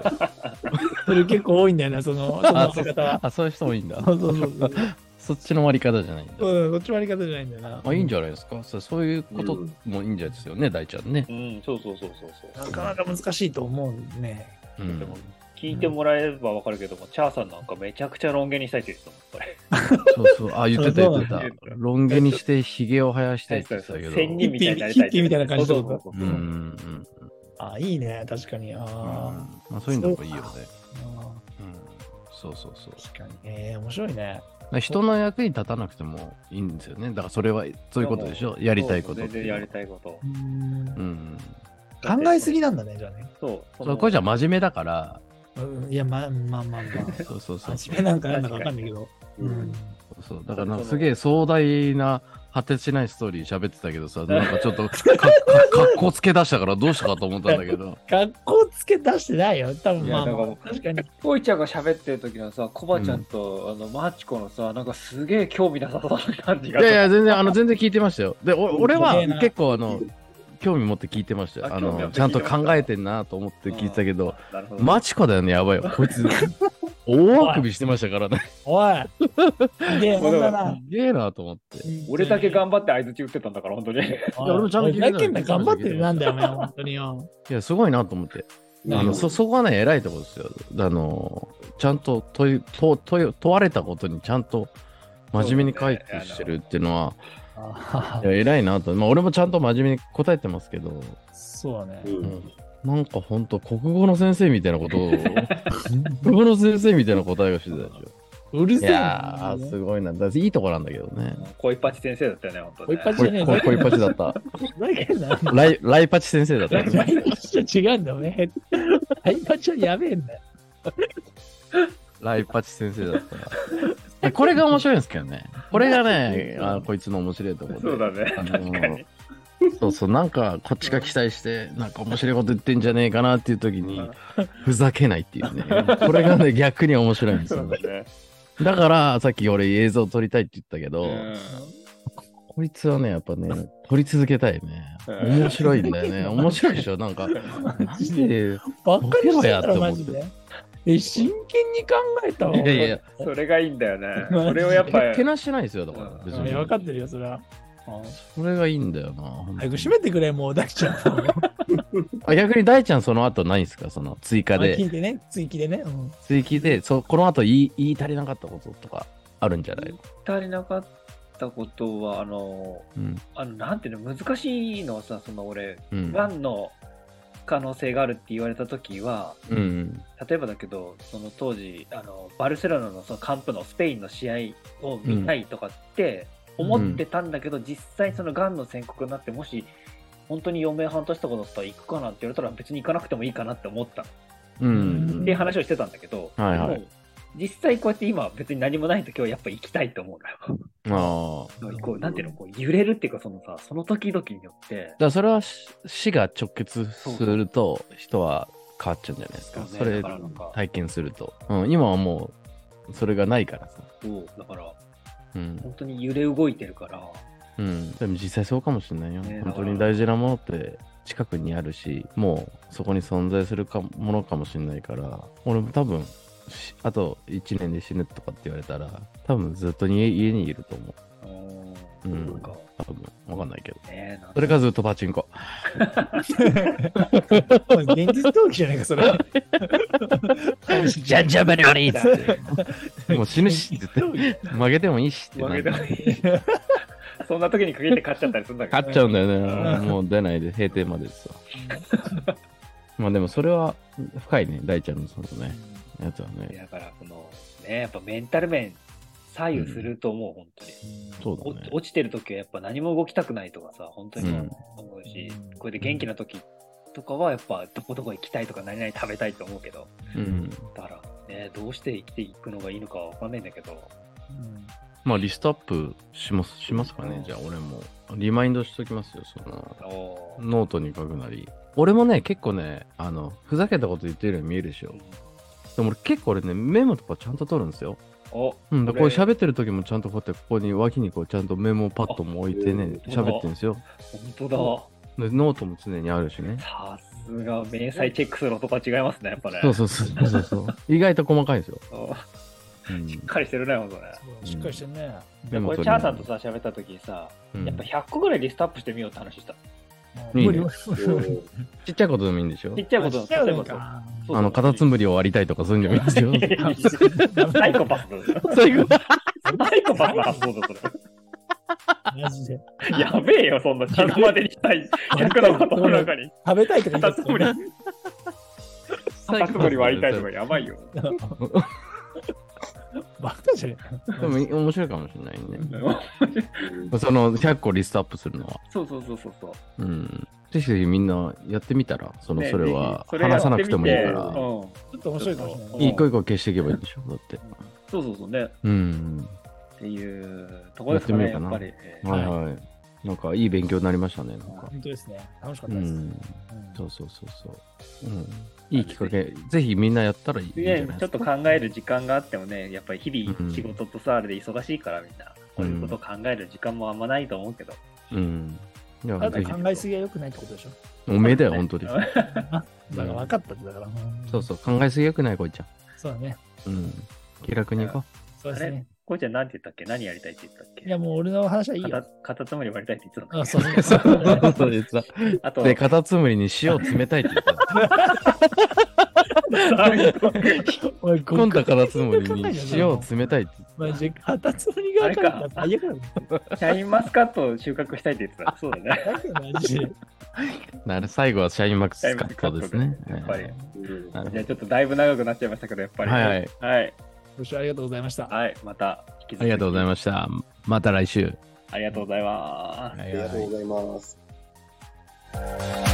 Speaker 1: それ結構多いんだよね、その、その
Speaker 3: あ
Speaker 1: 割り方は。
Speaker 3: あ、そういう人もいいんだ。
Speaker 1: *laughs* そうそうそうそう。
Speaker 3: そっちの割り方じゃないんだ。
Speaker 1: うん、こっち割り方じゃないんだよな。
Speaker 3: あ、いいんじゃないですかそうそういうこと
Speaker 4: うん
Speaker 3: もいいんじゃないですよね、大ちゃんね。
Speaker 2: うん、そうそうそうそうそう。
Speaker 1: なかなか難しいと思うね。
Speaker 3: う
Speaker 2: でも
Speaker 3: ん。
Speaker 2: 聞いてもらえればわかるけども、チャーさんなんかめちゃくちゃロン毛にしたいって言ってたもん、これ。
Speaker 3: そうそう。あ、言ってた言ってた
Speaker 2: そうそう。
Speaker 3: ロン毛にしてヒゲを生やしたいって言ってたけど。
Speaker 2: 仙人みたいになりたいって。
Speaker 1: ヒッピーみたいな感じ
Speaker 2: そうそうそう
Speaker 3: うんうんうん。
Speaker 1: あ、いいね、確かに。あ
Speaker 3: うん
Speaker 1: あ、
Speaker 3: まあそういうのもいいよね。
Speaker 1: あ
Speaker 3: うん。そうそうそう。
Speaker 1: ー確かに。えー、面白いね。
Speaker 3: 人の役に立たなくてもいいんですよね。だからそれは、そういうことでしょ
Speaker 2: も
Speaker 3: やりたいこと
Speaker 2: そ
Speaker 3: っ
Speaker 2: う
Speaker 3: て
Speaker 2: 全
Speaker 3: い
Speaker 2: 然
Speaker 3: うの
Speaker 2: や
Speaker 3: は。
Speaker 2: りたいこと
Speaker 1: う。ん
Speaker 3: うん。
Speaker 1: 考えすぎなんだね、じゃあね。
Speaker 2: そう。そ
Speaker 3: そ
Speaker 2: の
Speaker 3: うこれじゃ真面目だから、
Speaker 1: うんいや、まあまあまあまあ。
Speaker 3: そうそうそ
Speaker 1: *laughs*
Speaker 3: う。
Speaker 1: 真面目なんかなんだかわかんないけど。うん。
Speaker 3: そうだからなんかすげえ壮大な果てしないストーリー喋ってたけどさ、なんかちょっとかか格好つけ出したからどうしたかと思ったんだけど。
Speaker 1: 学校つけ出してないよ。多分
Speaker 2: い
Speaker 1: ま
Speaker 2: や
Speaker 1: あ、
Speaker 2: だから
Speaker 1: ま
Speaker 2: も
Speaker 1: あ、
Speaker 2: う
Speaker 1: 確かに。
Speaker 2: ぽいちゃんが喋ってる時のさ、コバちゃんと、あのマーチコのさ、なんかすげえ興味なさそうな感じ
Speaker 3: い
Speaker 2: が。
Speaker 3: やいや、全然、あの、全然聞いてましたよ。で、お俺は
Speaker 1: すげえな
Speaker 3: 結構あの、興味持って聞いてましたよ。
Speaker 2: あ
Speaker 3: あ
Speaker 2: 興味持
Speaker 3: の、
Speaker 2: って
Speaker 3: ちゃんと考えてんなと思って聞いてたけど、
Speaker 2: あー、なるほど。
Speaker 3: マチコだよね、やばいよ。こいつ、大あくびしてましたからね。
Speaker 1: おい。
Speaker 3: *laughs*
Speaker 1: で、えもんだな
Speaker 3: す。げえなと思って。
Speaker 2: 俺だけ頑張って相づち打ってたんだから、本当に。
Speaker 1: おい。
Speaker 3: いや俺
Speaker 1: 俺
Speaker 3: も
Speaker 1: も
Speaker 3: ち
Speaker 1: ち
Speaker 3: ゃ
Speaker 1: ゃ
Speaker 3: ん
Speaker 1: ん
Speaker 3: と
Speaker 1: と
Speaker 3: 聞いてたよ
Speaker 1: 頑張ってるなんだ
Speaker 3: *laughs*
Speaker 1: よ、お前、本当によ。
Speaker 3: いや、すごいなと思って。
Speaker 4: うん
Speaker 3: あの、そ、そこはね、偉いところですよ。あの、ちゃんと問い、問問い問われたことにちゃんと真面目に回帰してるっていうのは、
Speaker 1: あ
Speaker 3: いや偉いなと。まあ、俺もちゃんと真面目に答えてますけど、
Speaker 1: ーそうだね
Speaker 4: う。
Speaker 1: うん
Speaker 4: ん
Speaker 3: なんかほんと国語の先生みたいなこと *laughs* を、国語の先生みたいな答えがしてたでし
Speaker 1: うる
Speaker 3: ょ。い
Speaker 1: せえ
Speaker 3: や
Speaker 1: な。
Speaker 3: ー、すごいな。だっていいとこなんだけどね。
Speaker 2: こいパチ先生だったよね、本当
Speaker 1: こい
Speaker 2: に。
Speaker 1: ぱち
Speaker 3: こ
Speaker 1: じ
Speaker 3: い
Speaker 1: ゃねえ
Speaker 3: こい
Speaker 1: ぞ。
Speaker 3: こいパチだった。
Speaker 1: だけどな。
Speaker 3: ライライパチ先生だ *laughs* った。
Speaker 1: ライパチは違うんだよね。ライパチはやべえんだよ。
Speaker 3: ライパチ先生だった。これが面白いんですけどね。これがね、あのこいつの面白いところで。
Speaker 2: そうだね。
Speaker 3: あの
Speaker 2: 確かに。
Speaker 3: そうそう、なんかこっちが期待して、なんか面白いこと言ってんじゃねえかなっていう時に、ふざけないっていうね。これがね、逆に面白いんです
Speaker 2: *laughs* そ
Speaker 3: よ
Speaker 2: う。だね。
Speaker 3: だから、さっき俺映像撮りたいって言ったけど、
Speaker 2: うん
Speaker 3: 法律はね、やっぱね、取り続けたいね。
Speaker 2: うん
Speaker 3: 面白いんだよね。面白いでしょ。なんか、マジで。い
Speaker 1: ばっかりしてた
Speaker 3: ボケろやって
Speaker 1: ら
Speaker 3: 思って
Speaker 1: マジで。え、真剣に考えたわ。
Speaker 3: やいやいや、
Speaker 2: それがいいんだよね。それをやっぱ
Speaker 3: 手手なしないですよ、だか
Speaker 2: う
Speaker 3: ら。
Speaker 2: ん
Speaker 3: 別
Speaker 1: い
Speaker 3: に
Speaker 1: や。分かってるよ、それは。
Speaker 3: それがいいんだよな。
Speaker 1: 早く閉めてくれ、もう、だきちゃん。
Speaker 3: あ逆に大ちゃん、その後ないですかその追加
Speaker 1: 聞
Speaker 3: で。
Speaker 1: いてね、追記でね。うん
Speaker 3: 追記で、そうこの後言い言い足りなかったこととかあるんじゃない
Speaker 2: 足りなかったことは、あの、
Speaker 3: うん。
Speaker 2: あのなんていうの、難しいのはさ、その俺、
Speaker 3: うん。
Speaker 2: がんの可能性があるって言われた時は、
Speaker 3: うん。
Speaker 2: 例えばだけど、その当時、あのバルセロナのそのカンプのスペインの試合を見たいとかって思ってたんだけど、実際、そのがんの宣告になって、もし本当に余命半年とかだったら行くかなって言われたら、別に行かなくてもいいかなって思ったっ
Speaker 3: うん。
Speaker 2: ていう話をしてたんだけど、
Speaker 3: はいはい
Speaker 2: でも実際、こうやって今、別に何もない時はやっぱ行きたいと思うのよ。
Speaker 3: ああ。
Speaker 2: こうなんていうのこう揺れるっていうかそのさその時々によって
Speaker 3: だからそれはし死が直結すると人は変わっちゃうんじゃないですか。
Speaker 2: そうね
Speaker 3: それ
Speaker 2: だからなんか
Speaker 3: 体験すると、うん。今はもうそれがないからさ。
Speaker 2: こうだから
Speaker 3: うん。
Speaker 2: 本当に揺れ動いてるから
Speaker 3: うん、でも実際そうかもしれないよ。
Speaker 2: ねだから
Speaker 3: 本当に大事なものって近くにあるし、もうそこに存在するかものかもしれないから、俺も多分、しあと1年で死ぬとかって言われたら、多分ずっと家家にいると思う。うん
Speaker 2: なんか
Speaker 3: 多分わかんないけど。
Speaker 2: ねなん
Speaker 3: そ
Speaker 2: か
Speaker 3: れかずっとパチンコ。
Speaker 1: 現実逃避じゃないか、それは。
Speaker 3: じゃんじゃんばりばりっつって。もう死ぬしって言って、負けてもいいしってな
Speaker 2: 負
Speaker 3: ん
Speaker 2: け
Speaker 3: か
Speaker 2: た
Speaker 3: *laughs*
Speaker 2: いそんな時に限って勝っちゃったりするんだけどね、
Speaker 3: 勝っちゃうんだよ
Speaker 1: う
Speaker 3: ね。
Speaker 1: ん
Speaker 3: もう出ないで、閉店までですわ。まあでもそれは深いね、大ちゃんのそのね、やつはね。
Speaker 2: だからこのねやっぱメンタル面左右すると思う、本当に
Speaker 3: そう
Speaker 2: お
Speaker 3: だね。
Speaker 2: 落ちてる時はやっぱ何も動きたくないとかさ本当に
Speaker 3: うん
Speaker 2: 思うし、これで元気な時とかはやっぱどこどこ行きたいとか何々食べたいと思うけど
Speaker 3: うん。
Speaker 2: だから、ね、どうして生きていくのがいいのかわかんないんだけど
Speaker 1: うん
Speaker 3: まあリストアップしますしますかね、じゃあ俺も。リマインドしときますよ、その。
Speaker 2: おー
Speaker 3: ノートに書くなり。俺もね、結構ね、あの、ふざけたこと言ってるように見えるでしょ。でも俺結構俺ね、メモとかちゃんと取るんですよ。
Speaker 2: お
Speaker 3: うん、だからこう
Speaker 2: 俺
Speaker 3: 喋ってる時もちゃんとこうやってここに脇にこうちゃんとメモをパッとも置いてね
Speaker 2: あえー
Speaker 3: 喋ってるんですよ
Speaker 2: 本当
Speaker 3: でノートも常にあるしね
Speaker 2: ださすが明細チェックする男は違いますねやっぱね
Speaker 3: そうそうそうそうそう意外と細かいんですよ、
Speaker 2: お
Speaker 3: うん
Speaker 2: しっかりしてるねほんとね
Speaker 1: そうしっかりしてんね。
Speaker 3: メモ
Speaker 2: これチ
Speaker 3: 取り
Speaker 2: ャ
Speaker 3: な
Speaker 2: ー
Speaker 3: が
Speaker 2: さ
Speaker 3: ら
Speaker 2: んとさ喋った時にさ
Speaker 3: うん
Speaker 2: やっぱ100個ぐらいリストアップしてみようって話した
Speaker 3: いいね
Speaker 1: 無理無
Speaker 2: *laughs*
Speaker 1: 理
Speaker 3: ちっちゃいことでもいいんでしょ
Speaker 2: ちっちゃいこと
Speaker 1: ちっちゃいこ
Speaker 2: こと
Speaker 1: か
Speaker 2: と
Speaker 3: あのカタツムリを割りたいとかそういうんじゃないんです
Speaker 2: *laughs*
Speaker 3: よ
Speaker 2: サイコパスだ
Speaker 3: 最後
Speaker 2: サイコパスな発想だそ
Speaker 1: マジで。
Speaker 2: れやべえよそんな死ぬまでにしたい100のことの中に
Speaker 1: 食べたいとか言
Speaker 2: カタ
Speaker 1: い出
Speaker 2: ツ
Speaker 1: すか
Speaker 2: ムリ
Speaker 1: らね
Speaker 2: カタツムリ割りたいとかやばいよ
Speaker 1: バカじゃねえ
Speaker 3: でも面白いかもしれないね
Speaker 4: うん
Speaker 3: その100個リストアップするのは
Speaker 2: そうそうそうそうそう
Speaker 3: うんぜひぜひみんなやってみたらその
Speaker 2: ね
Speaker 3: それは
Speaker 2: ぜひそれやってみ
Speaker 3: 話さな
Speaker 2: て
Speaker 3: くてもいいから、
Speaker 2: うん
Speaker 1: ちょっと面白いかもしれない
Speaker 2: い
Speaker 1: ね。
Speaker 2: い
Speaker 3: 一個一個消していけばいいでしょだって
Speaker 2: そうそうそうね
Speaker 3: うん
Speaker 2: っていうところですかね
Speaker 3: や
Speaker 2: やっ
Speaker 3: ってみようか
Speaker 2: ぱ
Speaker 3: な
Speaker 2: りえー
Speaker 3: はいはい。なんかいい勉強になりましたね。なんか
Speaker 1: 本当ですね。楽しかっ
Speaker 3: う
Speaker 1: たです。うん
Speaker 3: ん。そうそうそうそう。うん。いいきっかけ。ぜひみんなやったらいいんじゃない
Speaker 2: ね
Speaker 3: です、
Speaker 2: ちょ
Speaker 3: か
Speaker 2: っ。と考える時間があってもね、やっぱり日々仕事とさ、あれで忙しいからみんな、こういうことを考える時間もあんまないと思うけど。
Speaker 3: うん。いや、
Speaker 1: あ
Speaker 3: ぜ
Speaker 1: と
Speaker 3: ひ。
Speaker 1: 考えすぎは良くないってことでしょ。
Speaker 3: おめえだよ、本当に。
Speaker 2: は
Speaker 1: だから分かったってだから。
Speaker 3: そうそう。考えすぎよくない、こいちゃ
Speaker 1: そうだね。
Speaker 3: ん。うん。気楽にいこ
Speaker 1: そうですね。
Speaker 2: こいちゃんなんて言ったっけ何やりたいって言ったっけ
Speaker 1: いやもう俺の話はいい
Speaker 2: か
Speaker 1: よ。
Speaker 2: たカタツムリ割りたいって言ってたの
Speaker 1: あ、そう
Speaker 3: う。
Speaker 1: そ。
Speaker 3: *laughs* そううそう言ってた。
Speaker 2: あと、
Speaker 3: *laughs* で、カタツムリに塩冷たいって言った。
Speaker 1: おい、
Speaker 3: 今度カタツムリに塩 *laughs* 冷たいって言っ
Speaker 1: マジで、カタツムリがから最悪だね。
Speaker 2: *laughs* シャインマスカットを収穫したいって言ってた。そうだね。
Speaker 1: だけどマジで。
Speaker 3: た。なる最後はシャインマックス
Speaker 2: シャイン
Speaker 3: 使
Speaker 2: マ
Speaker 3: っ
Speaker 2: スカ
Speaker 3: た
Speaker 2: ッ
Speaker 3: で
Speaker 2: ト
Speaker 3: すね。
Speaker 2: やっぱり。
Speaker 3: はい
Speaker 4: うん
Speaker 3: なる
Speaker 2: じ
Speaker 3: ほど
Speaker 2: ゃあちょっとだいぶ長くなっちゃいましたけど、やっぱり。
Speaker 3: はいはい。
Speaker 2: はい。
Speaker 3: *laughs*
Speaker 1: ご視聴ありがとうございました。
Speaker 2: はいまた引き続き。
Speaker 3: ありがとうございました。また来週。
Speaker 2: ありがとうございます。
Speaker 3: あ
Speaker 4: ありがとうございます。